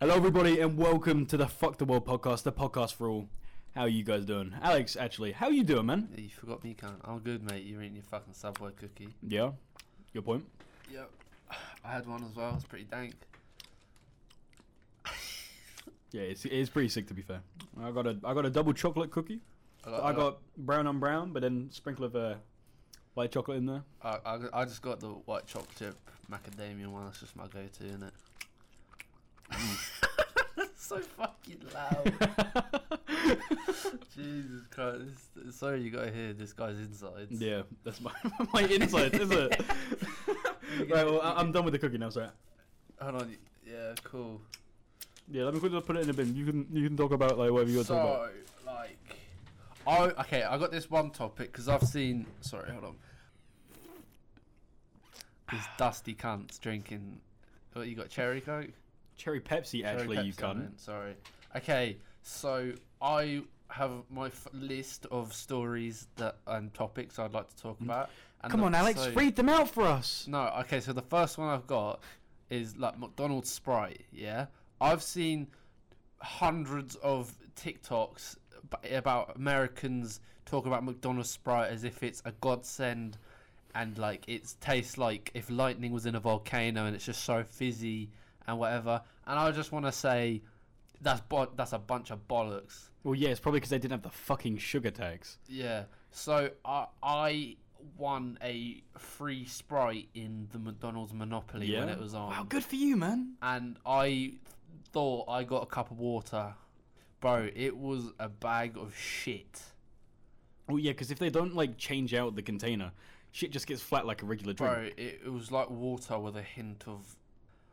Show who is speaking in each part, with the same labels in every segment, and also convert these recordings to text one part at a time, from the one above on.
Speaker 1: Hello, everybody, and welcome to the Fuck the World podcast, the podcast for all. How are you guys doing? Alex, actually, how you doing, man?
Speaker 2: Yeah, You forgot me, cunt. I'm good, mate. You're eating your fucking Subway cookie.
Speaker 1: Yeah, your point.
Speaker 2: Yep. I had one as well. It's pretty dank.
Speaker 1: Yeah, it's, it's pretty sick to be fair. I got a I got a double chocolate cookie. I got brown on brown, but then sprinkle of uh, white chocolate in there.
Speaker 2: I, I, got- I just got the white chocolate chip macadamia one. That's just my go-to, isn't it? That's so fucking loud. Oh. Jesus Christ. This- Sorry, you gotta hear this guy's insides.
Speaker 1: Yeah, that's my my insight, is it? right, well, I, I'm done with the cookie now. Sorry.
Speaker 2: Hold on. Yeah, cool.
Speaker 1: Yeah, let me quickly put it in a bin. You can you can talk about like whatever you're talking about.
Speaker 2: so, like, oh, okay. I got this one topic because I've seen. Sorry, hold on. This dusty cunts drinking. What you got? Cherry coke.
Speaker 1: Cherry Pepsi,
Speaker 2: Cherry
Speaker 1: actually, you
Speaker 2: Pepsi, I
Speaker 1: cunt.
Speaker 2: meant, Sorry. Okay, so I have my f- list of stories that and topics I'd like to talk
Speaker 1: Mm.
Speaker 2: about. And
Speaker 1: Come
Speaker 2: the-
Speaker 1: on, Alex,
Speaker 2: so-
Speaker 1: read them out for us.
Speaker 2: no, okay, so the first one I've got is like McDonald's Sprite, yeah? I've seen hundreds of TikToks ab- about Americans talk about McDonald's Sprite as if it's a godsend and like it tastes like if lightning was in a volcano and it's just so fizzy and whatever. And I just want to say that's bo- that's a bunch of bollocks.
Speaker 1: Well, yeah, it's probably because they didn't have the fucking sugar tax.
Speaker 2: Yeah. So I I won a free sprite in the McDonald's Monopoly when it was on,
Speaker 1: Wow, good for you, man.
Speaker 2: and I thought I got a cup of water, bro. It was a bag of shit,
Speaker 1: Well, yeah, because if they don't like change out the container, shit just gets flat like a regular drink.
Speaker 2: bro. It, it was like water with a hint of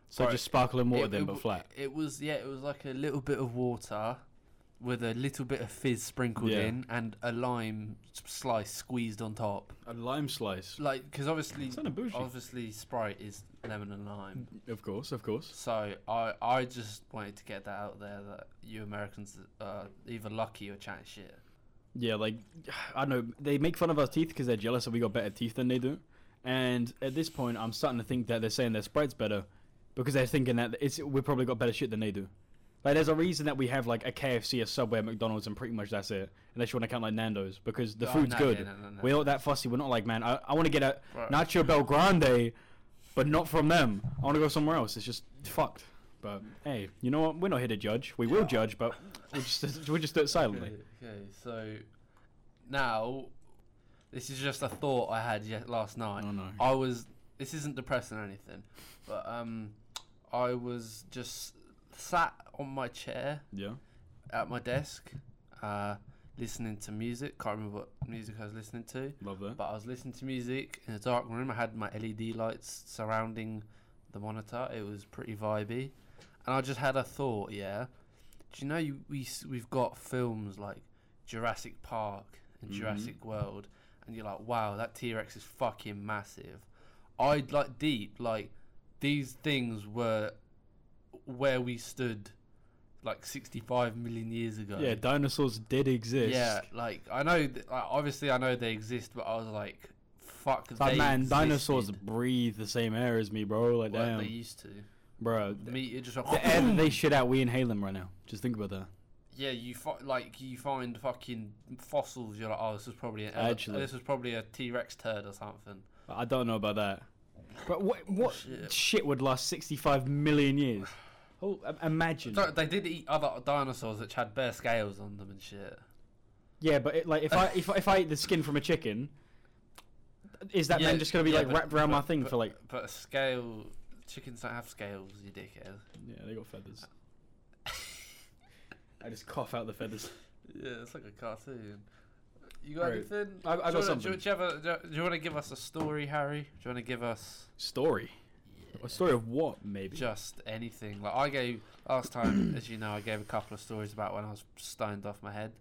Speaker 1: so
Speaker 2: bro,
Speaker 1: just sparkling water
Speaker 2: it,
Speaker 1: then,
Speaker 2: it
Speaker 1: but
Speaker 2: w-
Speaker 1: flat.
Speaker 2: It was yeah. It was like a little bit of water. With a little bit of fizz sprinkled
Speaker 1: Yeah.
Speaker 2: in and a lime s- slice squeezed on top,
Speaker 1: A lime slice,
Speaker 2: like because obviously,
Speaker 1: Sounded bougie.
Speaker 2: obviously Sprite is lemon and lime.
Speaker 1: of course, of course.
Speaker 2: So I I just wanted to get that out there that you Americans are either lucky or chatting shit.
Speaker 1: Yeah, like I know they make fun of our teeth because they're jealous that we got better teeth than they do. And at this point, I'm starting to think that they're saying their spread's better because they're thinking that it's we probably got better shit than they do. Like, there's a reason that we have like a KFC, a Subway, a McDonald's, and pretty much that's it. Unless you want to count like Nando's because the
Speaker 2: No,
Speaker 1: food's
Speaker 2: no,
Speaker 1: good.
Speaker 2: Oh, yeah, no, no, no.
Speaker 1: We're not that fussy. We're not like, man, I, I want to get a
Speaker 2: Right.
Speaker 1: Nacho Bel Grande, but not from them. I want to go somewhere else. It's just fucked. But hey, you know what? We're not here to judge. We will judge, but we'll just we'll just do it silently.
Speaker 2: Okay, okay, so now this is just a thought I had yet last night.
Speaker 1: Oh, no.
Speaker 2: I was this isn't depressing or anything, but um I was just sat on my chair
Speaker 1: Yeah.
Speaker 2: at my desk, uh, listening to music. Can't remember what music I was listening to.
Speaker 1: Love that.
Speaker 2: But I was listening to music in a dark room. I had my LED lights surrounding the monitor. It was pretty vibey, and I just had a thought. Yeah, do you know you, we s- we've got films like Jurassic Park and Jurassic World, and you're like, wow, that T Rex is fucking massive. I'd like deep like these things were where we stood like 65 million years ago.
Speaker 1: Yeah, dinosaurs did exist.
Speaker 2: Yeah, like I know. Th- like, obviously, I know they exist, but I was like, "Fuck,
Speaker 1: But
Speaker 2: they
Speaker 1: man, dinosaurs
Speaker 2: existed.
Speaker 1: breathe the same air as me, bro. Like,
Speaker 2: Like,
Speaker 1: damn,
Speaker 2: they used to.
Speaker 1: bro.
Speaker 2: The
Speaker 1: The,
Speaker 2: meat, it just
Speaker 1: the air that they shit out, we inhale them right now. Just think about that.
Speaker 2: yeah. You fi- like you find fucking fossils. You're like, oh, this was probably an ele-
Speaker 1: Actually.
Speaker 2: this was probably a T Rex turd or something.
Speaker 1: I don't know about that. But what what shit,
Speaker 2: Shit.
Speaker 1: would last 65 million years? Oh, i- imagine.
Speaker 2: So they did eat other dinosaurs which had bare scales on them and shit.
Speaker 1: Yeah, but it, like if I if I- if I ate the skin from a chicken, is that
Speaker 2: Yeah,
Speaker 1: then just gonna be
Speaker 2: yeah,
Speaker 1: like
Speaker 2: but-
Speaker 1: wrapped around my
Speaker 2: but-
Speaker 1: thing
Speaker 2: but-
Speaker 1: for like?
Speaker 2: But a scale. Chickens don't have scales, you dickhead.
Speaker 1: Yeah, they got feathers. I just cough out the feathers.
Speaker 2: Yeah, it's like a cartoon. You got
Speaker 1: Right.
Speaker 2: anything?
Speaker 1: I- I got
Speaker 2: do you wanna-
Speaker 1: something.
Speaker 2: Do you, do you have a- do you- do you want to give us a story, Harry? Do you want to give us
Speaker 1: Story. A story of what? Maybe.
Speaker 2: just anything? Like I gave last time, as you know, I gave a couple of stories about when I was stoned off my head.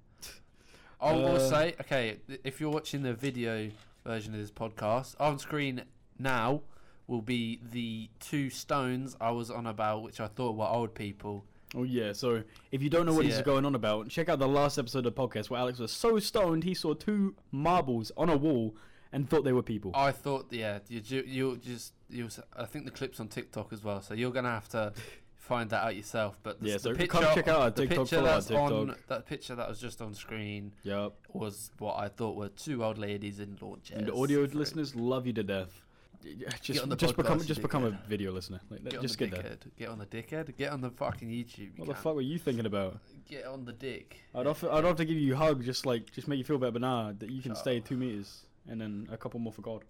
Speaker 2: I will
Speaker 1: Uh,
Speaker 2: say, okay, th- if you're watching the video version of this podcast, on screen now will be the two stones I was on about, which I thought were old people.
Speaker 1: Oh yeah, so if you don't know what
Speaker 2: So,
Speaker 1: he's
Speaker 2: yeah.
Speaker 1: going on about, check out the last episode of the podcast where Alex was so stoned he saw two marbles on a wall and thought they were people.
Speaker 2: I thought, yeah, you you you'll just you. I think the clips on TikTok as well. So you're gonna have to. find that out yourself. But the,
Speaker 1: Yeah,
Speaker 2: the
Speaker 1: so
Speaker 2: picture,
Speaker 1: come check out our
Speaker 2: the
Speaker 1: TikTok,
Speaker 2: picture
Speaker 1: follow our
Speaker 2: that's on
Speaker 1: TikTok.
Speaker 2: that picture that was just on screen
Speaker 1: Yep.
Speaker 2: was what I thought were two old ladies in lawn chairs.
Speaker 1: And the audio
Speaker 2: For-
Speaker 1: listeners love you to death. Y- yeah, Just,
Speaker 2: on the
Speaker 1: just become
Speaker 2: podcast,
Speaker 1: just
Speaker 2: you
Speaker 1: become a
Speaker 2: dickhead.
Speaker 1: video listener. Like,
Speaker 2: Get on
Speaker 1: just
Speaker 2: the
Speaker 1: get there.
Speaker 2: dickhead. Get on the dickhead. Get on the fucking YouTube. you
Speaker 1: What the
Speaker 2: cunt.
Speaker 1: fuck were you thinking about?
Speaker 2: Get on the dick.
Speaker 1: I'd offer, I'd offer to give you a hug, just like just make you feel better, but nah, that you can
Speaker 2: Shut
Speaker 1: stay
Speaker 2: up.
Speaker 1: two meters and then a couple more for God.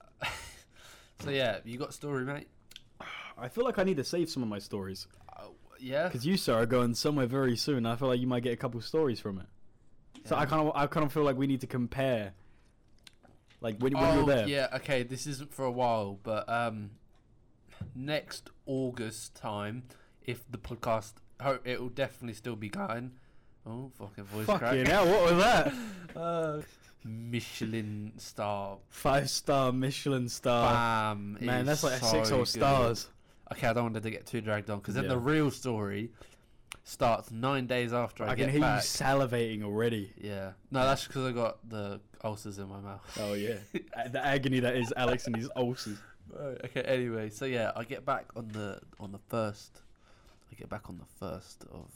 Speaker 2: So yeah, you got a story, mate.
Speaker 1: I feel like I need to save some of my stories
Speaker 2: Uh, yeah.
Speaker 1: because you sir are going somewhere very soon. I feel like you might get a couple stories from it. So I
Speaker 2: Yeah.
Speaker 1: kind of I kind of feel like we need to compare. Like when, when you were there,
Speaker 2: Oh, yeah. Okay, this isn't for a while, but um, next August time, if the podcast, hope it will definitely still be going. Oh, fucking voice
Speaker 1: fucking
Speaker 2: crack.
Speaker 1: hell, what was that?
Speaker 2: Uh, Michelin star.
Speaker 1: Five star Michelin star.
Speaker 2: Bam. it
Speaker 1: Oh, Man,
Speaker 2: is
Speaker 1: that's like six
Speaker 2: so
Speaker 1: whole
Speaker 2: good.
Speaker 1: stars.
Speaker 2: Okay, I don't want it to get too dragged on because then
Speaker 1: Yeah.
Speaker 2: the real story starts nine days after I,
Speaker 1: I
Speaker 2: get
Speaker 1: can hear
Speaker 2: back.
Speaker 1: you salivating already.
Speaker 2: Yeah. No, that's because I got the ulcers in my mouth.
Speaker 1: Oh yeah, A- the agony that is Alex and his ulcers.
Speaker 2: Right, okay. Anyway, so yeah, I get back on the on the first. I get back on the first of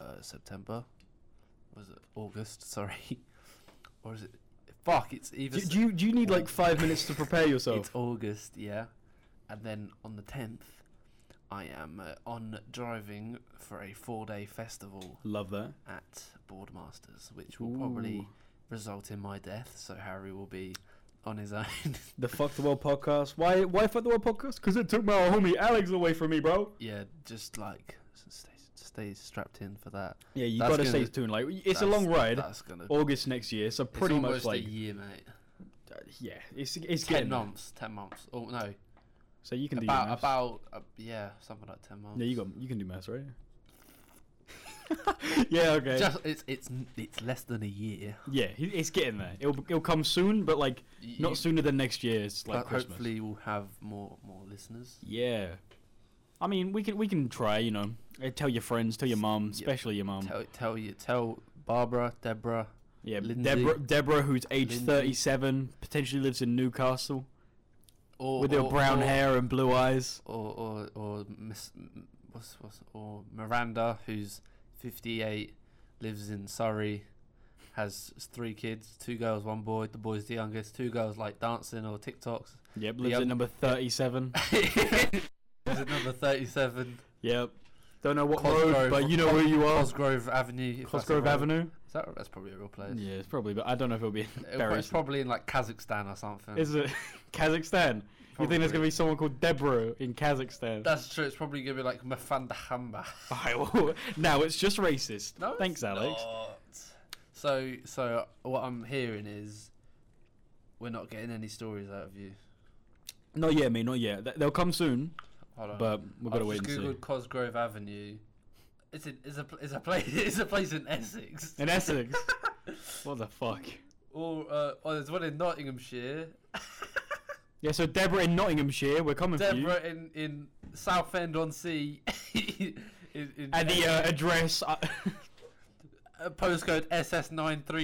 Speaker 2: uh, September. Was it August? Sorry, or is it? Fuck! It's either
Speaker 1: Do,
Speaker 2: s-
Speaker 1: do you do you need like five minutes to prepare
Speaker 2: it's
Speaker 1: yourself?
Speaker 2: August, yeah. And then on the tenth, I am uh, on driving for a four-day festival
Speaker 1: Love that.
Speaker 2: at Boardmasters, which will probably
Speaker 1: Ooh.
Speaker 2: result in my death. So Harry will be on his own.
Speaker 1: The Fuck the World podcast. Why why Fuck the World podcast? Because it took my homie Alex away from me, bro.
Speaker 2: yeah, just like s- stay, stay strapped in for that.
Speaker 1: Yeah, you
Speaker 2: That's
Speaker 1: gotta stay
Speaker 2: gonna-
Speaker 1: tuned. Like it's a
Speaker 2: That's-
Speaker 1: long ride.
Speaker 2: That's gonna
Speaker 1: August next year, so
Speaker 2: it's
Speaker 1: pretty much
Speaker 2: almost
Speaker 1: like
Speaker 2: a year, mate.
Speaker 1: uh, yeah, it's it's
Speaker 2: Ten
Speaker 1: getting there.
Speaker 2: months, ten months. Oh no,
Speaker 1: So you can do your
Speaker 2: about
Speaker 1: maths.
Speaker 2: about uh, yeah, something like ten months.
Speaker 1: yeah, you got you can do maths, right? yeah, okay.
Speaker 2: Just it's it's n- it's less than a year.
Speaker 1: yeah, he- it's getting there. It'll it'll come soon, but like
Speaker 2: You-
Speaker 1: not sooner than next year. It's like
Speaker 2: but
Speaker 1: Christmas.
Speaker 2: hopefully we'll have more more listeners.
Speaker 1: Yeah. I mean, we can we can try, you know. Eh, Tell your friends, tell your mum, especially your mum.
Speaker 2: tell tell you tell Barbara, Deborah.
Speaker 1: Yeah,
Speaker 2: Lindsay.
Speaker 1: Deborah, Deborah, who's age
Speaker 2: Lindsay.
Speaker 1: 37, potentially lives in Newcastle
Speaker 2: Or,
Speaker 1: with her
Speaker 2: or-
Speaker 1: brown
Speaker 2: or-
Speaker 1: hair and blue eyes.
Speaker 2: Or or or Miss m- what's what's or Miranda, who's fifty eight, lives in Surrey, has s- three kids, two girls, one boy. The boy's the youngest. Two girls like dancing or TikToks.
Speaker 1: Yep,
Speaker 2: The
Speaker 1: lives at
Speaker 2: young-
Speaker 1: number 37.
Speaker 2: Is it number 37?
Speaker 1: yep. Don't know what road,
Speaker 2: Cosgrove-
Speaker 1: but you know where you are.
Speaker 2: Cosgrove Avenue. if that's a
Speaker 1: Cosgrove
Speaker 2: road.
Speaker 1: Avenue.
Speaker 2: Is that, that's probably a real place.
Speaker 1: Yeah, it's probably, but I don't know if it'll be
Speaker 2: It'll pro- It's
Speaker 1: embarrassing.
Speaker 2: probably in like Kazakhstan or something.
Speaker 1: Is it Kazakhstan? You think there's gonna
Speaker 2: Probably.
Speaker 1: be someone called Deborah in Kazakhstan?
Speaker 2: That's true. It's probably going to be like Mafandahamba.
Speaker 1: Alright, well, now it's just racist.
Speaker 2: No, it's
Speaker 1: Thanks, Alex.
Speaker 2: not. So, so what I'm hearing is we're not getting any stories out of you.
Speaker 1: Not yet, mate. Not yet. Th- They'll come soon,
Speaker 2: Hold on.
Speaker 1: but we've got to
Speaker 2: I've
Speaker 1: wait
Speaker 2: just
Speaker 1: and
Speaker 2: googled
Speaker 1: see.
Speaker 2: Cosgrove Avenue. It's a, it's a, pl- it's a place, it's a place in Essex.
Speaker 1: In Essex. what the fuck?
Speaker 2: Or, uh, oh, there's one in Nottinghamshire.
Speaker 1: Yeah, so Deborah in Nottinghamshire, we're coming for you.
Speaker 2: Deborah in, in Southend on Sea. in, in
Speaker 1: And the uh, address. Uh,
Speaker 2: uh, postcode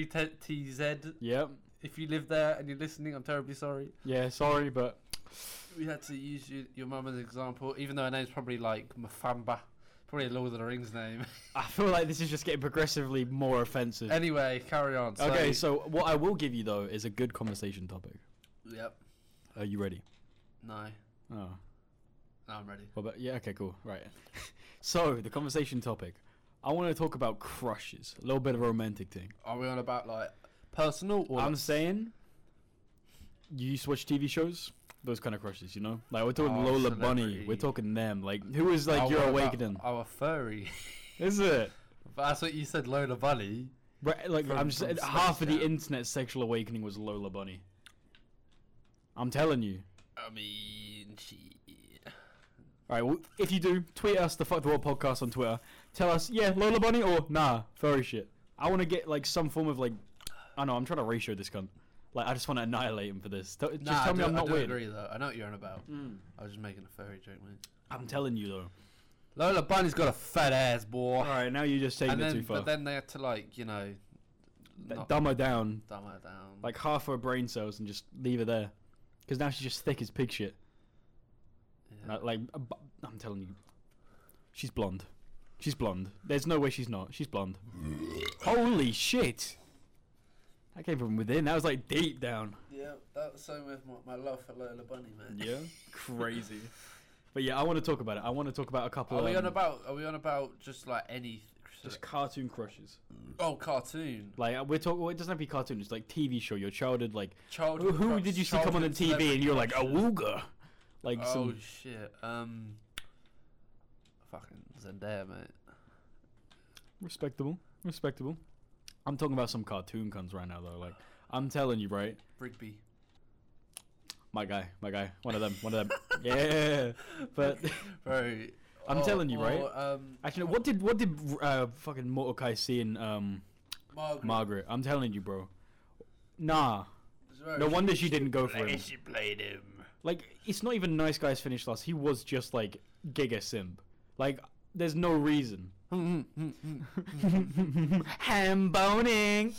Speaker 2: SS93TZ.
Speaker 1: yep.
Speaker 2: If you live there and you're listening, I'm terribly sorry.
Speaker 1: Yeah, sorry, but
Speaker 2: We had to use you, your mum as an example, even though her name's probably like Mafamba. Probably a Lord of the Rings name.
Speaker 1: I feel like this is just getting progressively more offensive.
Speaker 2: anyway, carry on. So,
Speaker 1: okay, so what I will give you, though, is a good conversation topic.
Speaker 2: Yep.
Speaker 1: Are you ready?
Speaker 2: No.
Speaker 1: Oh.
Speaker 2: No, I'm ready.
Speaker 1: Well, but yeah, okay, cool. Right. so, the conversation topic. I want to talk about crushes, a little bit of a romantic thing.
Speaker 2: Are we on about like personal or.
Speaker 1: I'm saying you used to watch TV shows, those kind of crushes, you know? Like we're talking
Speaker 2: Oh,
Speaker 1: Lola Bunny,
Speaker 2: celebrity.
Speaker 1: we're talking them. Like who is like
Speaker 2: Oh,
Speaker 1: your
Speaker 2: what about
Speaker 1: awakening?
Speaker 2: Our furry.
Speaker 1: Is it?
Speaker 2: but that's what you said, Lola Bunny.
Speaker 1: Right, like
Speaker 2: From-
Speaker 1: I'm just
Speaker 2: from
Speaker 1: half of the
Speaker 2: Smackdown.
Speaker 1: internet's sexual awakening was Lola Bunny. I'm telling you.
Speaker 2: I mean, she.
Speaker 1: All right, well, if you do, tweet us the Fuck the World podcast on Twitter. Tell us, yeah, Lola Bunny or nah, furry shit. I want to get like some form of like, I know I'm trying to ratio this cunt. Like I just want to annihilate him for this. T- just
Speaker 2: Nah, I
Speaker 1: tell me
Speaker 2: do-
Speaker 1: I'm
Speaker 2: I
Speaker 1: not
Speaker 2: do
Speaker 1: weird.
Speaker 2: agree though. I know what you're on about.
Speaker 1: Mm.
Speaker 2: I was just making a furry joke, mate.
Speaker 1: I'm telling you though.
Speaker 2: Lola Bunny's got a fat ass, boy.
Speaker 1: All right, now you're just taking
Speaker 2: and
Speaker 1: it
Speaker 2: then,
Speaker 1: too far.
Speaker 2: But then they had to like, you know,
Speaker 1: Th-
Speaker 2: not
Speaker 1: dumb her down,
Speaker 2: dumb her down.
Speaker 1: like half her brain cells, and just leave her there. Because now she's just thick as pig shit.
Speaker 2: Yeah.
Speaker 1: Like, like, a bu- I'm telling you, she's blonde. She's blonde. There's no way she's not. She's blonde. Holy shit! That came from within. That was like deep down.
Speaker 2: Yeah, that's same with my, my love for Lola Bunny, man.
Speaker 1: Yeah, crazy. But yeah, I want to talk about it. I want to talk about a couple.
Speaker 2: Are we
Speaker 1: um,
Speaker 2: on about? Are we on about just like any?
Speaker 1: just cartoon crushes?
Speaker 2: oh, cartoon.
Speaker 1: Like uh, we're talking. Well, it doesn't have to be cartoon. It's like TV show. Your childhood. Like
Speaker 2: Child.
Speaker 1: who, who did you see come on the TV and you're like a wooga, like
Speaker 2: Oh
Speaker 1: some
Speaker 2: shit. Um. Fucking Zendaya, mate.
Speaker 1: respectable, respectable. I'm talking about some cartoon cunts right now though. Like I'm telling you, right?
Speaker 2: Brigby.
Speaker 1: My guy, my guy, one of them, one of them. yeah, but
Speaker 2: Bro.
Speaker 1: I'm
Speaker 2: or-
Speaker 1: telling you, right?
Speaker 2: or, Um.
Speaker 1: actually, what did what did uh, fucking Mordecai see in um
Speaker 2: Margaret.
Speaker 1: Margaret? I'm telling you, bro. Nah,
Speaker 2: Bro,
Speaker 1: no wonder she didn't go for
Speaker 2: play-
Speaker 1: him.
Speaker 2: She played him.
Speaker 1: Like, it's not even nice guys finished last. He was just like giga simp. Like, there's no reason. Ham boning.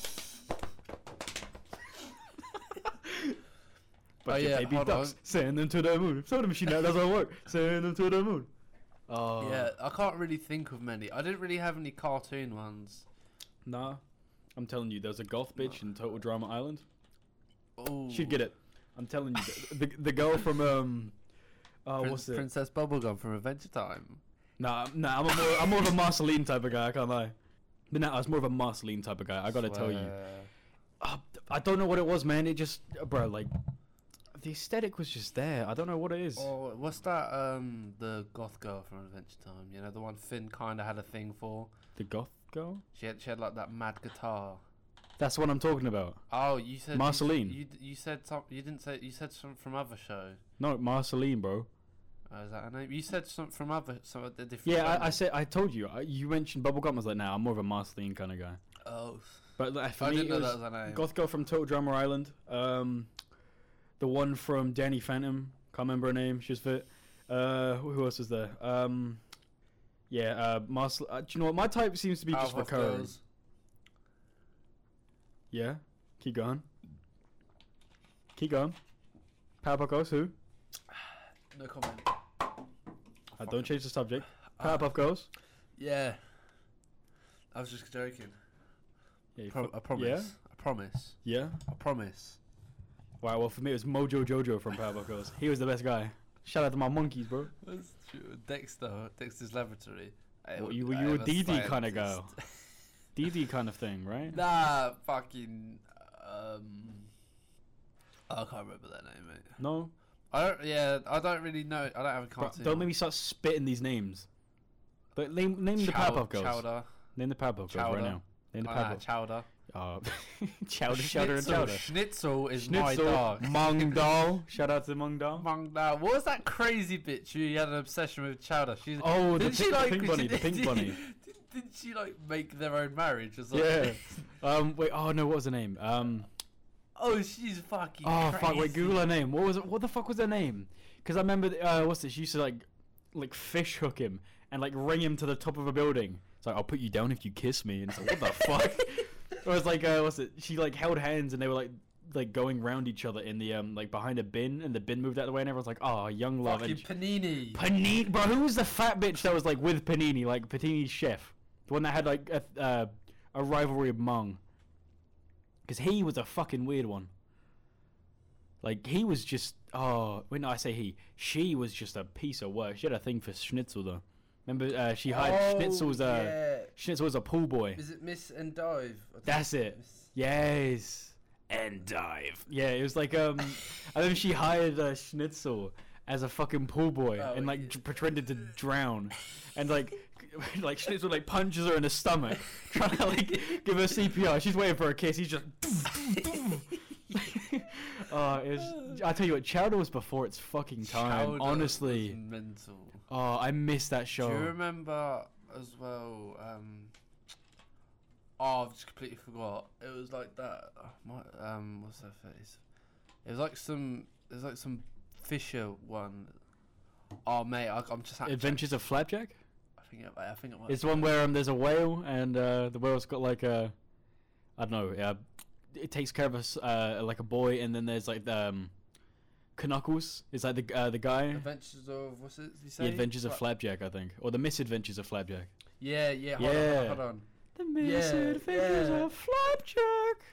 Speaker 1: but
Speaker 2: Oh,
Speaker 1: your
Speaker 2: yeah,
Speaker 1: baby
Speaker 2: hold
Speaker 1: ducks,
Speaker 2: on.
Speaker 1: send them to the moon. Soda machine, that doesn't work. Send them to the moon. Oh,
Speaker 2: Yeah, I can't really think of many. I didn't really have any cartoon ones.
Speaker 1: nah. I'm telling you, there's a goth bitch in Total Drama Island.
Speaker 2: Oh.
Speaker 1: She'd get it. I'm telling you, the, the, the girl from um, uh,
Speaker 2: Prin-
Speaker 1: what's it?
Speaker 2: Princess Bubblegum from Adventure Time.
Speaker 1: Nah, nah, I'm a more, I'm more of a Marceline type of guy. I can't lie. But nah, I was more of a Marceline type of guy. I gotta tell you,
Speaker 2: Swear.
Speaker 1: uh, I don't know what it was, man. It just, uh, bro, like the aesthetic was just there. I don't know what it is.
Speaker 2: Or what's that? Um, the goth girl from Adventure Time. You know, the one Finn kind of had a thing for.
Speaker 1: The goth girl.
Speaker 2: She had she had like that mad guitar.
Speaker 1: That's what I'm talking about.
Speaker 2: Oh, you said you-
Speaker 1: Marceline.
Speaker 2: You d- you said something. You didn't say. You said something from other show.
Speaker 1: No, Marceline, bro.
Speaker 2: Oh, is that her name? You said something from other some of the different.
Speaker 1: Yeah, I, I
Speaker 2: genre.
Speaker 1: said, I told you. I, you mentioned bubblegum. I was like, nah, I'm more of a Marceline kind of guy.
Speaker 2: Oh,
Speaker 1: But like, for
Speaker 2: I
Speaker 1: me, it
Speaker 2: didn't know
Speaker 1: was
Speaker 2: that was her name.
Speaker 1: goth girl from Total Drama Island. Um, the one from Danny Phantom. Can't remember her name. She was fit. Uh, who who else was there? Um, yeah, uh, Marcel. Uh, do you know what? My type seems to be just
Speaker 2: Powerpuff
Speaker 1: recurring.
Speaker 2: Girls.
Speaker 1: Yeah. Keep going. Keep going. Powerpuff Girls. Who?
Speaker 2: No comment.
Speaker 1: Uh,
Speaker 2: Fucking-
Speaker 1: don't change the subject.
Speaker 2: Ah.
Speaker 1: Powerpuff Girls.
Speaker 2: Yeah. I was just joking.
Speaker 1: Yeah. you
Speaker 2: Pro-
Speaker 1: fu-
Speaker 2: I promise. I promise.
Speaker 1: Yeah. Yeah.
Speaker 2: I promise.
Speaker 1: Wow. Well, for me, it was Mojo Jojo from Powerpuff Girls. He was the best guy. Shout out to my monkeys, bro.
Speaker 2: What's true? Dexter, Dexter's Laboratory. I
Speaker 1: Well,
Speaker 2: am-
Speaker 1: you-
Speaker 2: I
Speaker 1: you
Speaker 2: am
Speaker 1: a DD
Speaker 2: scientist.
Speaker 1: kinda girl. DD kind of thing, right?
Speaker 2: Nah, fucking. Um, I can't remember that name, mate.
Speaker 1: No.
Speaker 2: I don't. Yeah, I don't really know. I don't have a
Speaker 1: Bro,
Speaker 2: cartoon.
Speaker 1: don't make me start spitting these names. But name name the
Speaker 2: Chow-
Speaker 1: Powerpuff Girls.
Speaker 2: Chowder.
Speaker 1: Name the Powerpuff Girls
Speaker 2: Chowder.
Speaker 1: right now. Name the
Speaker 2: Ah,
Speaker 1: Powerpuff.
Speaker 2: chowder.
Speaker 1: Uh, chowder, chowder, and
Speaker 2: Schnitzel.
Speaker 1: chowder.
Speaker 2: Schnitzel is my
Speaker 1: Schnitzel,
Speaker 2: dog.
Speaker 1: Mung Dal. Shout out to Mung Dal.
Speaker 2: Mung Dao. What was that crazy bitch who had an obsession with chowder? She's
Speaker 1: Oh, the,
Speaker 2: Didn't
Speaker 1: pi-
Speaker 2: she
Speaker 1: the
Speaker 2: like
Speaker 1: pink bunny. The pink bunny.
Speaker 2: Didn't, didn't she like make their own marriage or something?
Speaker 1: Yeah. Um. Wait. Oh no. What was her name? Um.
Speaker 2: oh, she's fucking.
Speaker 1: Oh
Speaker 2: crazy.
Speaker 1: fuck. Wait. Google her name. What was? It? What the fuck was her name? Because I remember. th- Uh, what's this? She used to like, like fish hook him and like ring him to the top of a building. It's like I'll put you down if you kiss me. And it's like what the fuck. It was like uh, what's it? She like held hands and they were like like going round each other in the um like behind a bin and the bin moved out of the way and everyone's like, oh, young love.
Speaker 2: Fucking
Speaker 1: And
Speaker 2: panini.
Speaker 1: Panini, bro, who was the fat bitch that was like with Panini, like Panini's chef, the one that had like a, uh, a rivalry with Mung? Because he was a fucking weird one. Like he was just oh when I say he, she was just a piece of work. She had a thing for Schnitzel though. Remember uh, she hired
Speaker 2: Oh,
Speaker 1: Schnitzel's uh,
Speaker 2: yeah.
Speaker 1: Schnitzel's a pool boy.
Speaker 2: Is it Miss and Dive? I don't-
Speaker 1: That's it.
Speaker 2: Miss-
Speaker 1: Yes. And dive. Yeah, it was like um, I think she hired uh, Schnitzel as a fucking pool boy
Speaker 2: Oh,
Speaker 1: and like
Speaker 2: yeah.
Speaker 1: dr- pretended to drown, and like like Schnitzel like punches her in the stomach, trying to like give her CPR. She's waiting for a kiss. He's just. oh, it was, I tell you what, Chowder was before its fucking time.
Speaker 2: Chowder
Speaker 1: honestly,
Speaker 2: was mental.
Speaker 1: oh, I miss that
Speaker 2: Do
Speaker 1: show.
Speaker 2: you remember as well? Um, oh, I've just completely forgot. It was like that. oh, My um, what's her face? It was like some. It was like some Fisher one. Oh mate, I, I'm just. actually-
Speaker 1: Adventures of Flapjack.
Speaker 2: I think it, I think it was.
Speaker 1: It's the one where um, there's a whale and uh, the whale's got like a, I don't know, uh, it takes care of us uh, like a boy, and then there's like the um, Knuckles. It's like the uh, the guy,
Speaker 2: Adventures of what's it? You say?
Speaker 1: the Adventures of
Speaker 2: Fla-
Speaker 1: Flapjack, I think, or the Misadventures of Flapjack.
Speaker 2: Yeah, yeah. Hold yeah. on,
Speaker 1: Yeah.
Speaker 2: hold on.
Speaker 1: The
Speaker 2: misadventures yeah.
Speaker 1: of Flapjack.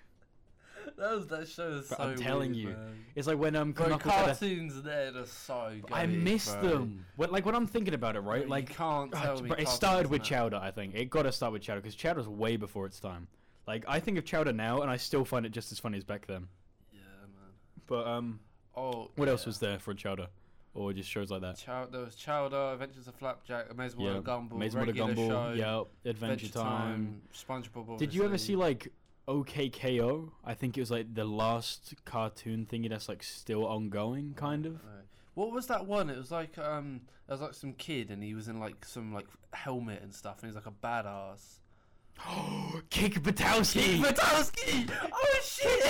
Speaker 2: That was that show is so.
Speaker 1: Bro, I'm telling
Speaker 2: weird,
Speaker 1: you.
Speaker 2: man.
Speaker 1: It's like when um,
Speaker 2: Bro,
Speaker 1: Knuckles had a-
Speaker 2: cartoons there are so good.
Speaker 1: I miss them. When, like when I'm thinking about it, right? Like
Speaker 2: Like, you can't
Speaker 1: Ah,
Speaker 2: tell me.
Speaker 1: bro, it
Speaker 2: cartoons
Speaker 1: started with
Speaker 2: now.
Speaker 1: Chowder, I think. It got to start with Chowder because Chowder's way before its time. Like I think of Chowder now, and I still find it just as funny as back then.
Speaker 2: Yeah, man.
Speaker 1: But um,
Speaker 2: Oh.
Speaker 1: what else
Speaker 2: yeah.
Speaker 1: was there for Chowder, or just shows like that?
Speaker 2: Chow- there was Chowder, Adventures of Flapjack, Amazing World of Gumball,
Speaker 1: Maze Runner
Speaker 2: regular
Speaker 1: Gumball,
Speaker 2: show,
Speaker 1: yeah, Adventure, Time.
Speaker 2: SpongeBob.
Speaker 1: Did you ever
Speaker 2: obviously.
Speaker 1: see like OKKO? I think it was like the last cartoon thingy that's like still ongoing, kind of.
Speaker 2: Right. What was that one? It was like um, it was like some kid, and he was in like some like helmet and stuff, and he's like a badass.
Speaker 1: Kick Batowski!
Speaker 2: Batowski! Oh shit!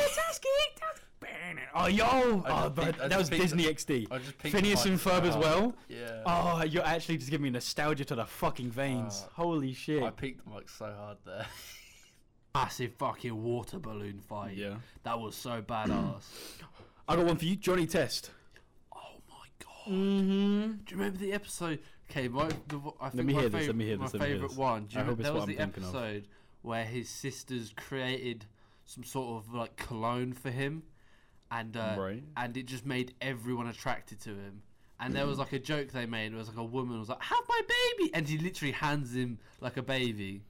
Speaker 1: Oh yo!
Speaker 2: I
Speaker 1: Oh,
Speaker 2: just
Speaker 1: but
Speaker 2: picked- I
Speaker 1: that
Speaker 2: just
Speaker 1: was
Speaker 2: picked-
Speaker 1: Disney XD.
Speaker 2: I just picked
Speaker 1: Phineas
Speaker 2: mine
Speaker 1: and Ferb as
Speaker 2: up.
Speaker 1: well.
Speaker 2: Yeah.
Speaker 1: Oh, you're actually just giving me nostalgia to the fucking veins.
Speaker 2: Uh,
Speaker 1: Holy shit.
Speaker 2: I peaked the mic so hard there. Massive fucking water balloon fight.
Speaker 1: Yeah.
Speaker 2: That was so badass.
Speaker 1: I got one for you, Johnny Test.
Speaker 2: oh my god.
Speaker 1: Mm-hmm.
Speaker 2: Do you remember the episode? Okay, my the, vo- I think
Speaker 1: me
Speaker 2: my
Speaker 1: hear this,
Speaker 2: fav-
Speaker 1: let me hear
Speaker 2: my
Speaker 1: this, let me hear
Speaker 2: favorite
Speaker 1: this.
Speaker 2: one. Do you
Speaker 1: I
Speaker 2: remember,
Speaker 1: hope it's
Speaker 2: there
Speaker 1: what
Speaker 2: was
Speaker 1: I'm
Speaker 2: the
Speaker 1: thinking of.
Speaker 2: episode where his sisters created some sort of like cologne for him, and uh,
Speaker 1: Right.
Speaker 2: and it just made everyone attracted to him. And there was
Speaker 1: Mm.
Speaker 2: like a joke they made. It was like a woman was like, "Have my baby," and he literally hands him like a baby.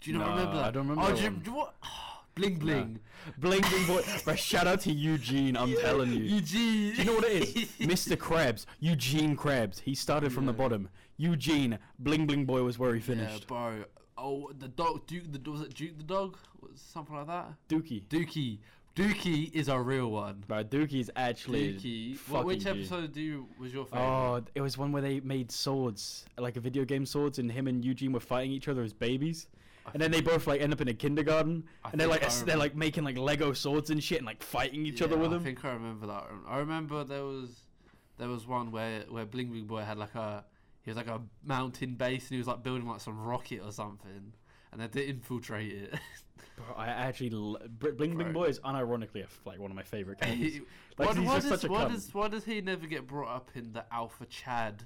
Speaker 2: Do you not
Speaker 1: Nah,
Speaker 2: remember that?
Speaker 1: I don't remember
Speaker 2: Oh,
Speaker 1: that
Speaker 2: do you,
Speaker 1: one.
Speaker 2: do you what? bling bling.
Speaker 1: Bling bling boy. Bro, shout out to Eugene, I'm telling you.
Speaker 2: Eugene.
Speaker 1: Do you know what it is? Mr. Krabs, Eugene Krabs. He started from the bottom. Eugene, Bling Bling Boy was where he
Speaker 2: yeah,
Speaker 1: finished.
Speaker 2: bro. Oh, the dog. Duke the was it Duke the dog? Was something like that.
Speaker 1: Dookie.
Speaker 2: Dookie. Dookie is a real one.
Speaker 1: Bro, Dookie's actually.
Speaker 2: Dookie. What,
Speaker 1: fucking
Speaker 2: which
Speaker 1: G.
Speaker 2: episode do you, was your favorite?
Speaker 1: Oh, it was one where they made swords, like a video game swords, and him and Eugene were fighting each other as babies. And then they both like end up in a kindergarten,
Speaker 2: I
Speaker 1: and they're
Speaker 2: think
Speaker 1: like
Speaker 2: I
Speaker 1: s- they're
Speaker 2: remember.
Speaker 1: like making like Lego swords and shit, and like fighting each other
Speaker 2: Yeah,
Speaker 1: with
Speaker 2: I
Speaker 1: them.
Speaker 2: think I remember that. I remember there was there was one where where Bling Bling Boy had like a he was like a mountain base and he was like building like some rocket or something, and they had to infiltrate it.
Speaker 1: Bro, I actually l- Br- Bling Bling
Speaker 2: Bro.
Speaker 1: Boy is unironically a f like one of my favorite characters. Like,
Speaker 2: why,
Speaker 1: he's
Speaker 2: why
Speaker 1: just
Speaker 2: does,
Speaker 1: such a
Speaker 2: why
Speaker 1: cunt.
Speaker 2: does why does he never get brought up in the Alpha Chad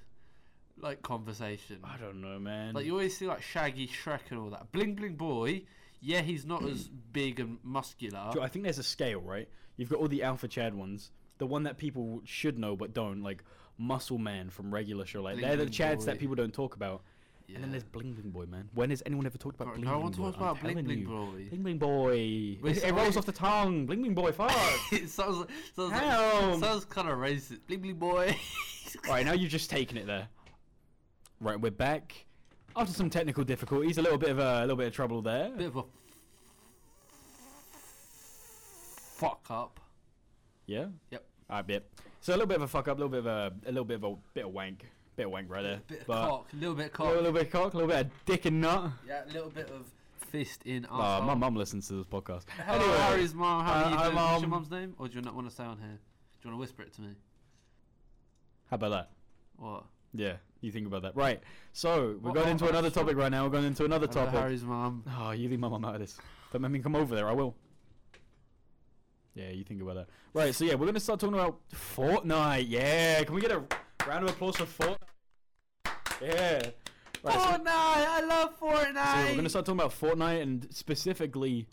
Speaker 2: like conversation?
Speaker 1: I don't know, man.
Speaker 2: Like you always see like Shaggy Shrek and all that. Bling Bling Boy, yeah, he's not as big and muscular.
Speaker 1: Sure, I think there's a scale, right? You've got all the Alpha Chad ones, the one that people should know but don't, like Muscle Man from Regular Show. Like
Speaker 2: Bling
Speaker 1: they're the
Speaker 2: Bling
Speaker 1: Chads
Speaker 2: Boy.
Speaker 1: that people don't talk about. And then
Speaker 2: Yeah.
Speaker 1: there's Bling Bling Boy, man. When has anyone ever talked about
Speaker 2: Bro,
Speaker 1: Bling
Speaker 2: no
Speaker 1: Bling
Speaker 2: one
Speaker 1: Boy?
Speaker 2: talks
Speaker 1: I'm
Speaker 2: about Bling
Speaker 1: telling
Speaker 2: Bling
Speaker 1: you.
Speaker 2: Boy.
Speaker 1: Bling Bling Boy.
Speaker 2: Wait,
Speaker 1: It,
Speaker 2: so
Speaker 1: it rolls
Speaker 2: wait-
Speaker 1: off the tongue. Bling Bling Boy, fuck.
Speaker 2: it sounds sounds,
Speaker 1: Hell.
Speaker 2: like, sounds kind of racist. Bling Bling Boy.
Speaker 1: right, now you've just taken it there. Right, we're back. After some technical difficulties, a little bit of a, little bit of trouble there.
Speaker 2: Bit of a fuck up.
Speaker 1: Yeah.
Speaker 2: Yep.
Speaker 1: All right, bit. So a little bit of a fuck up, a little bit of a, a little bit of a bit of wank, bit of wank right there.
Speaker 2: Bit of
Speaker 1: But-
Speaker 2: cock. A little bit of
Speaker 1: A little,
Speaker 2: cock.
Speaker 1: bit of cock, a little bit of dick and nut.
Speaker 2: Yeah, a little bit of fist in.
Speaker 1: Oh,
Speaker 2: arsehole.
Speaker 1: my mum listens to this podcast.
Speaker 2: Hello, Harry's mom. How
Speaker 1: Uh,
Speaker 2: are you
Speaker 1: hi,
Speaker 2: doing? What's your
Speaker 1: Mum.
Speaker 2: mum's name? Or do you not want to stay on here? Do you want to whisper it to me?
Speaker 1: How about that?
Speaker 2: What?
Speaker 1: Yeah, you think about that. Right. So we're
Speaker 2: What-
Speaker 1: going
Speaker 2: oh,
Speaker 1: into
Speaker 2: oh,
Speaker 1: another
Speaker 2: sure.
Speaker 1: topic right now. We're going into another
Speaker 2: Hello,
Speaker 1: topic.
Speaker 2: Harry's mom.
Speaker 1: Oh, you leave my mum out of this. Don't make me come over there. I will. Yeah, you think about that. Right. So yeah, we're gonna start talking about Fortnite. Yeah. Can we get a round of applause for Fortnite? Yeah. Right, so-
Speaker 2: Fortnite! I love
Speaker 1: so
Speaker 2: Fortnite!
Speaker 1: we're gonna start talking about Fortnite and specifically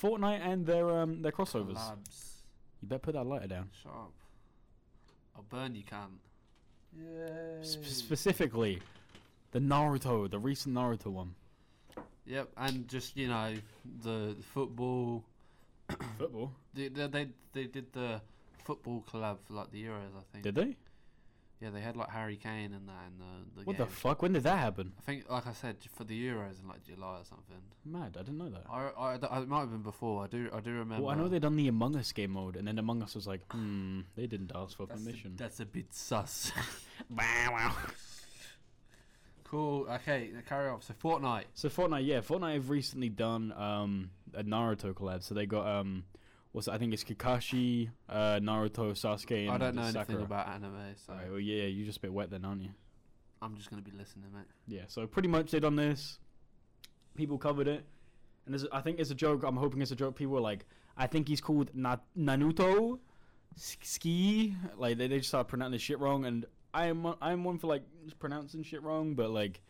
Speaker 1: Fortnite and their um their crossovers.
Speaker 2: Labs.
Speaker 1: You better put that lighter down.
Speaker 2: Sharp. I'll burn you, can.
Speaker 1: Sp- specifically the Naruto, the recent Naruto one.
Speaker 2: Yep, and just, you know, the football.
Speaker 1: Football?
Speaker 2: They, they, they, they did the football collab for, like, the Euros, I think.
Speaker 1: Did they?
Speaker 2: Yeah, they had, like, Harry Kane and that in the, the
Speaker 1: What
Speaker 2: game.
Speaker 1: the fuck? When did that happen?
Speaker 2: I think, like I said, j- for the Euros in, like, July or something.
Speaker 1: Mad, I didn't know that.
Speaker 2: I, I, I- it might have been before. I do I do remember.
Speaker 1: Ah. Well, I know they done the Among Us game mode, and then Among Us was like, hmm, they didn't ask for
Speaker 2: that's a,
Speaker 1: permission.
Speaker 2: that's a bit sus.
Speaker 1: Wow, wow.
Speaker 2: cool. Okay, now carry on. So Fortnite.
Speaker 1: So Fortnite, yeah, Fortnite have recently done um, a Naruto collab. So they got um, what's it? I think it's Kakashi, uh, Naruto, Sasuke, and
Speaker 2: I don't know
Speaker 1: Sakura.
Speaker 2: anything about anime, so
Speaker 1: Alright, well, yeah, you're just a bit wet then, aren't you?
Speaker 2: I'm just gonna be listening, mate.
Speaker 1: Yeah, so pretty much they done this. People covered it, and there's, I think it's a joke. I'm hoping it's a joke. People were like, "I think he's called Na- Nanuto S- Ski." Like they, they just start pronouncing shit wrong, and I'm I'm one for like just pronouncing shit wrong, but like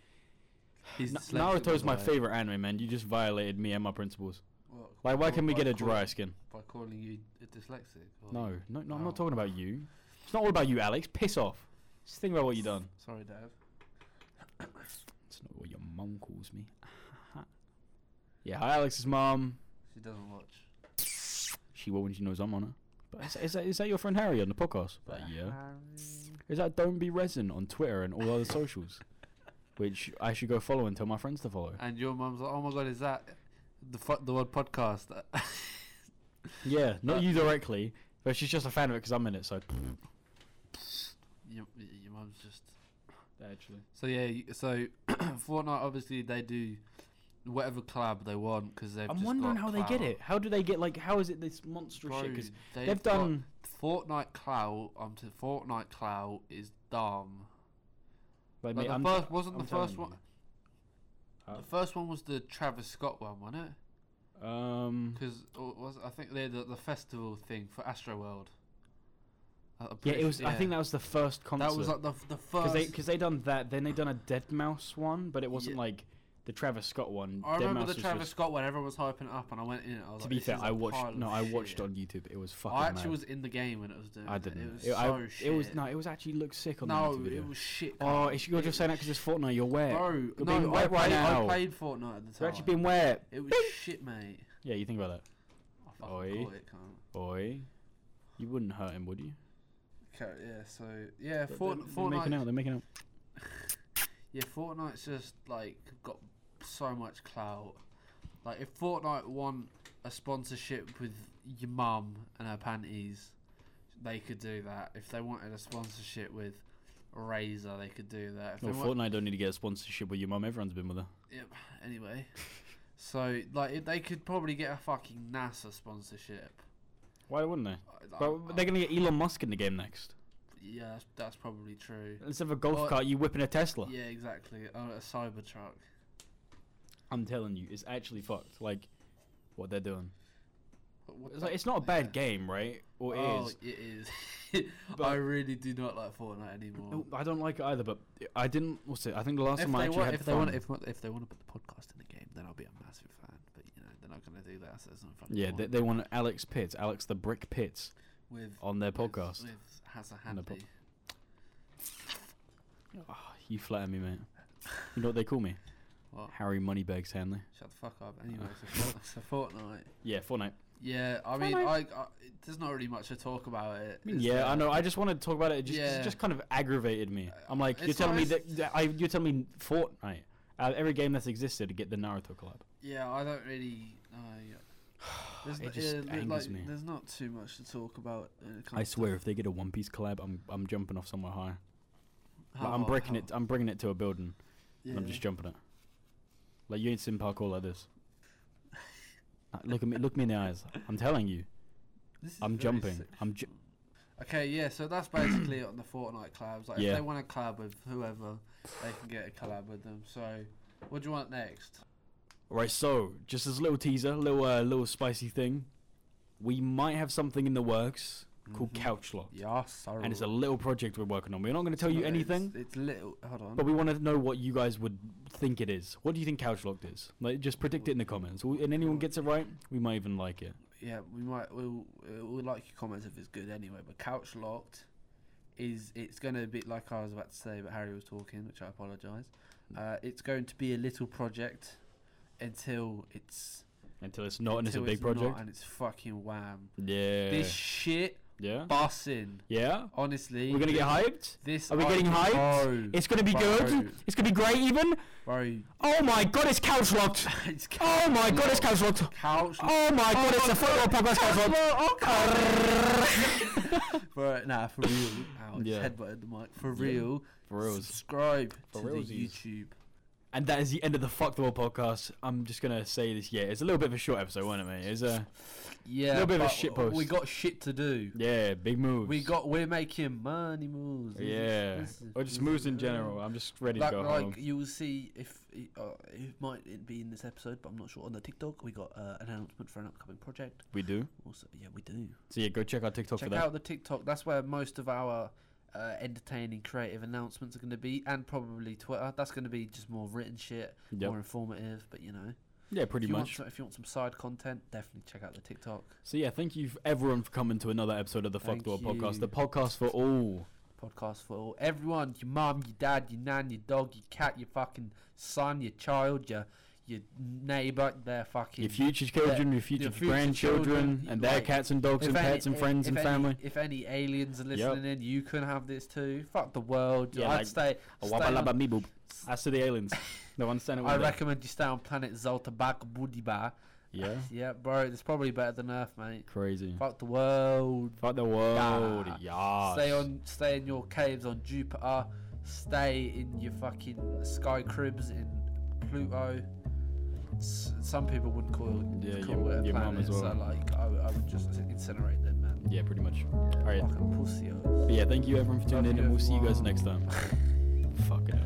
Speaker 2: He's
Speaker 1: Na-
Speaker 2: dyslexic, by
Speaker 1: Naruto's
Speaker 2: the
Speaker 1: my
Speaker 2: way.
Speaker 1: favorite anime, man. You just violated me and my principles.
Speaker 2: What,
Speaker 1: Like, why
Speaker 2: by-
Speaker 1: can we
Speaker 2: by
Speaker 1: get a
Speaker 2: calling-
Speaker 1: dry skin?
Speaker 2: By calling you a dyslexic? or-
Speaker 1: No, no, no. I'm
Speaker 2: Oh.
Speaker 1: not talking about you. It's not all about you, Alex. Piss off. Just think about what you done.
Speaker 2: Sorry, Dave.
Speaker 1: It's not what your mum calls me. yeah, hi, Alex's mum.
Speaker 2: She doesn't watch.
Speaker 1: She will when she knows I'm on her. But is, is, that, is that your friend Harry on the podcast? Like, yeah.
Speaker 2: um,
Speaker 1: Is that Don't Be Resin on Twitter and all other socials? Which I should go follow and tell my friends to follow.
Speaker 2: And your mum's like, oh my god, is that the fu- the word podcast?
Speaker 1: Yeah,
Speaker 2: Uh,
Speaker 1: not you directly, but she's just a fan of it because I'm in it, so.
Speaker 2: your, your mum's just.
Speaker 1: Actually.
Speaker 2: So yeah, y- so Fortnite obviously they do whatever collab they want because they've.
Speaker 1: I'm
Speaker 2: just
Speaker 1: wondering
Speaker 2: got
Speaker 1: how they get
Speaker 2: clout.
Speaker 1: it. How do they get, like, how is it this monstrous shit? Because
Speaker 2: Bro,
Speaker 1: they've,
Speaker 2: got-
Speaker 1: done.
Speaker 2: Fortnite clout. I'm to Fortnite clout is dumb.
Speaker 1: Like,
Speaker 2: Like
Speaker 1: mate,
Speaker 2: the
Speaker 1: I'm-
Speaker 2: first wasn't
Speaker 1: I'm
Speaker 2: the
Speaker 1: telling
Speaker 2: first one.
Speaker 1: you. Huh?
Speaker 2: The first one was the Travis Scott one, wasn't it?
Speaker 1: Um,
Speaker 2: Because uh, was I think they had the, the festival thing for Astroworld. Uh, I'm
Speaker 1: yeah,
Speaker 2: pretty
Speaker 1: it
Speaker 2: su-
Speaker 1: was. I
Speaker 2: yeah.
Speaker 1: think that was the first concert.
Speaker 2: That was like the f- the
Speaker 1: because
Speaker 2: first.
Speaker 1: they because they done that. Then they done a Dead Mouse one, but it wasn't
Speaker 2: Yeah.
Speaker 1: like the Travis Scott one.
Speaker 2: I
Speaker 1: Dead
Speaker 2: remember
Speaker 1: Mouse
Speaker 2: the
Speaker 1: was
Speaker 2: Travis
Speaker 1: just-
Speaker 2: Scott one. Everyone was hyping it up, and I went in. And I was
Speaker 1: to
Speaker 2: like,
Speaker 1: be
Speaker 2: this
Speaker 1: fair,
Speaker 2: is
Speaker 1: I
Speaker 2: a
Speaker 1: watched.
Speaker 2: pile of
Speaker 1: No, I watched
Speaker 2: shit.
Speaker 1: on YouTube. It was fucking.
Speaker 2: I actually
Speaker 1: mad.
Speaker 2: was in the game when it was doing.
Speaker 1: I
Speaker 2: it.
Speaker 1: didn't.
Speaker 2: It was
Speaker 1: It- I-
Speaker 2: so
Speaker 1: it
Speaker 2: shit.
Speaker 1: was no. It was actually looked sick on the
Speaker 2: no,
Speaker 1: YouTube video.
Speaker 2: it was shit.
Speaker 1: oh,
Speaker 2: cunt.
Speaker 1: it's, you're
Speaker 2: It
Speaker 1: just saying that because it's Fortnite. You're wet.
Speaker 2: Bro,
Speaker 1: You're
Speaker 2: no,
Speaker 1: being
Speaker 2: I,
Speaker 1: wet right
Speaker 2: played, I
Speaker 1: now.
Speaker 2: played Fortnite at the time.
Speaker 1: You're actually being wet.
Speaker 2: It was shit, mate.
Speaker 1: Yeah, you think about that,
Speaker 2: I fucking
Speaker 1: Oi.
Speaker 2: caught it, cunt.
Speaker 1: boy. You wouldn't hurt him, would you?
Speaker 2: Okay, yeah, so yeah,
Speaker 1: They're-
Speaker 2: Fort,
Speaker 1: they're, they're
Speaker 2: Fortnite.
Speaker 1: making out. They're making out.
Speaker 2: Yeah, Fortnite's just like got so much clout. Like if Fortnite won a sponsorship with your mum and her panties, they could do that. If they wanted a sponsorship with Razor, they could do that. If
Speaker 1: Well,
Speaker 2: they want,
Speaker 1: Fortnite don't need to get a sponsorship with your mum. Everyone's been with her.
Speaker 2: yep, anyway. so like if they could probably get a fucking NASA sponsorship.
Speaker 1: Why wouldn't they?
Speaker 2: I- I-
Speaker 1: But they're gonna get Elon Musk in the game next.
Speaker 2: yeah, that's, that's probably true.
Speaker 1: Instead of a golf
Speaker 2: Or-
Speaker 1: cart, you whipping a Tesla.
Speaker 2: Yeah, exactly. Oh, a Cybertruck.
Speaker 1: I'm telling you, it's actually fucked. Like what they're doing.
Speaker 2: But what
Speaker 1: It's
Speaker 2: the-
Speaker 1: like it's not a
Speaker 2: yeah.
Speaker 1: bad game, right? Or it
Speaker 2: oh,
Speaker 1: is.
Speaker 2: It is. I
Speaker 1: But-
Speaker 2: really do not like Fortnite anymore.
Speaker 1: No, Oh, I don't like it either, but I didn't. What's it? I think the last
Speaker 2: if,
Speaker 1: time I
Speaker 2: they
Speaker 1: actually
Speaker 2: want,
Speaker 1: had
Speaker 2: if, they
Speaker 1: fun.
Speaker 2: want, if, wa- if they want to put the podcast in the game, then I'll be a massive fan. But you know they're not going to do that, so it's not fucking.
Speaker 1: yeah,
Speaker 2: point.
Speaker 1: they, they want Alex Pitts, Alex the Brick Pitts,
Speaker 2: with
Speaker 1: on their
Speaker 2: with-
Speaker 1: podcast.
Speaker 2: with, has a
Speaker 1: On the
Speaker 2: handy.
Speaker 1: pod- Ah, you flatter me, mate. You know what they call me?
Speaker 2: What?
Speaker 1: Harry Moneybags Hanley.
Speaker 2: Shut the fuck
Speaker 1: Uh.
Speaker 2: up. Anyway, so, Fort- so Fortnite.
Speaker 1: Yeah, Fortnite.
Speaker 2: Yeah, I mean, I,
Speaker 1: Fortnite.
Speaker 2: I it- there's not really much to talk about it.
Speaker 1: I mean,
Speaker 2: is
Speaker 1: yeah, I
Speaker 2: there?
Speaker 1: know. I just wanted to talk about it. It just,
Speaker 2: Yeah.
Speaker 1: it just kind of aggravated me. I'm like,
Speaker 2: It's
Speaker 1: you're telling me
Speaker 2: nice-
Speaker 1: that, that I, you're telling me Fortnite, out of every game that's existed, to get the Naruto collab.
Speaker 2: Yeah, I don't really. Uh, there's,
Speaker 1: It
Speaker 2: n-
Speaker 1: just
Speaker 2: yeah, li-
Speaker 1: angers
Speaker 2: like,
Speaker 1: me.
Speaker 2: There's not too much to talk about. when it
Speaker 1: I
Speaker 2: comes to
Speaker 1: swear, if they get a One Piece collab, I'm I'm jumping off somewhere high. Like,
Speaker 2: how
Speaker 1: I'm
Speaker 2: I-
Speaker 1: breaking
Speaker 2: how-
Speaker 1: it. I'm bringing it to a building.
Speaker 2: Yeah.
Speaker 1: and I'm just jumping it. Like you ain't seen parkour like this. Uh, look at me. Look me in the eyes. I'm telling you.
Speaker 2: This is
Speaker 1: I'm
Speaker 2: very
Speaker 1: jumping.
Speaker 2: sick.
Speaker 1: I'm. Ju-
Speaker 2: Okay, yeah, so that's basically it on the Fortnite collabs. Like, if
Speaker 1: Yeah.
Speaker 2: they want a collab with whoever, they can get a collab with them. So, what do you want next?
Speaker 1: right. So just as a little teaser, little uh, little spicy thing, we might have something in the works called Couch Lock,
Speaker 2: Mm-hmm. Yeah, sorry.
Speaker 1: and it's a little project we're working on. We're not going to tell you anything,
Speaker 2: It's, little. Hold on.
Speaker 1: but we want to know what you guys would think it is. What do you think Couch Locked is? Like, just predict it in the comments. W- And anyone gets it right, we might even like it.
Speaker 2: yeah, we might. We'll, we'll like your comments if it's good anyway. But Couch Locked is. It's going to be, like I was about to say, but Harry was talking, which I apologise.
Speaker 1: Mm.
Speaker 2: Uh, it's going to be a little project until it's.
Speaker 1: Until it's not, and it's a
Speaker 2: until
Speaker 1: big
Speaker 2: not
Speaker 1: project.
Speaker 2: and it's fucking wham.
Speaker 1: Yeah.
Speaker 2: This shit
Speaker 1: yeah.
Speaker 2: bossing.
Speaker 1: Yeah.
Speaker 2: Honestly.
Speaker 1: We're gonna get hyped.
Speaker 2: This
Speaker 1: Are we getting
Speaker 2: hype-
Speaker 1: hyped?
Speaker 2: Bro,
Speaker 1: It's gonna be
Speaker 2: Bro.
Speaker 1: good. It's gonna be great, even.
Speaker 2: bro,
Speaker 1: Oh my god, it's couch locked.
Speaker 2: it's
Speaker 1: Oh my god, it's couch locked.
Speaker 2: couch.
Speaker 1: Oh my god, it's a football podcast couch locked.
Speaker 2: Bro, nah, for real. Ow, yeah.
Speaker 1: Yeah.
Speaker 2: headbutted the mic. For
Speaker 1: Yeah.
Speaker 2: real.
Speaker 1: For reals.
Speaker 2: Subscribe
Speaker 1: For
Speaker 2: to the
Speaker 1: realsies.
Speaker 2: YouTube.
Speaker 1: And that is the end of the Fuck the World podcast. I'm just gonna say this. Yeah, it's a little bit of a short episode, wasn't it, mate? It's a
Speaker 2: Yeah,
Speaker 1: Little bit of a
Speaker 2: but
Speaker 1: shit
Speaker 2: w- We
Speaker 1: post.
Speaker 2: got shit to do.
Speaker 1: yeah, big moves.
Speaker 2: We got. We're making money moves. This is-
Speaker 1: yeah,
Speaker 2: this is-
Speaker 1: or just
Speaker 2: this
Speaker 1: moves
Speaker 2: is-
Speaker 1: in general. I'm just ready to
Speaker 2: Like,
Speaker 1: go
Speaker 2: like
Speaker 1: home.
Speaker 2: you will see if uh, it might be in this episode, but I'm not sure. On the TikTok, we got uh, an announcement for an upcoming project.
Speaker 1: We do.
Speaker 2: Also, yeah, we do.
Speaker 1: So yeah, go check out TikTok
Speaker 2: Check
Speaker 1: for that.
Speaker 2: out the TikTok. That's where most of our uh, entertaining, creative announcements are going to be, and probably Twitter. That's going to be just more written shit,
Speaker 1: Yep.
Speaker 2: more informative. But you know,
Speaker 1: Yeah, pretty
Speaker 2: if you, want
Speaker 1: much.
Speaker 2: some, if you want some side content, definitely check out the TikTok
Speaker 1: So yeah, thank you f- everyone for coming to another episode of the Fuck
Speaker 2: Thank
Speaker 1: Door Podcast,
Speaker 2: you.
Speaker 1: the podcast for all.
Speaker 2: podcast for all. everyone. Your mum, your dad, your nan, your dog, your cat, your fucking son, your child, your your neighbour, their fucking
Speaker 1: Your future children, your future,
Speaker 2: future
Speaker 1: grandchildren,
Speaker 2: children,
Speaker 1: and their
Speaker 2: like,
Speaker 1: cats and dogs and
Speaker 2: If any-
Speaker 1: pets and
Speaker 2: if-
Speaker 1: friends
Speaker 2: if
Speaker 1: and
Speaker 2: any-
Speaker 1: family.
Speaker 2: If any aliens are listening in, you can have this too. Fuck the world.
Speaker 1: Yeah,
Speaker 2: I'd
Speaker 1: like,
Speaker 2: stay.
Speaker 1: A
Speaker 2: stay
Speaker 1: wabba
Speaker 2: on-
Speaker 1: labba meeboop. As to the aliens, no understand it.
Speaker 2: I
Speaker 1: will they?
Speaker 2: recommend you stay on planet Zoltabak Budiba.
Speaker 1: Yeah,
Speaker 2: Yeah, bro, it's probably better than Earth, mate.
Speaker 1: crazy.
Speaker 2: Fuck the world.
Speaker 1: Fuck the world, yeah.
Speaker 2: Stay on, stay in your caves on Jupiter. Stay in your fucking sky cribs in Pluto. S- some people wouldn't call it,
Speaker 1: Yeah,
Speaker 2: call
Speaker 1: your-
Speaker 2: it a
Speaker 1: your mum
Speaker 2: planet,
Speaker 1: as well.
Speaker 2: so like I, would- I would just incinerate them, man.
Speaker 1: Yeah, pretty much.
Speaker 2: Yeah,
Speaker 1: Alright.
Speaker 2: Fucking pussy.
Speaker 1: But yeah, thank you everyone for tuning in,
Speaker 2: Love you,
Speaker 1: and we'll see you guys
Speaker 2: everyone.
Speaker 1: next time. Fucking hell.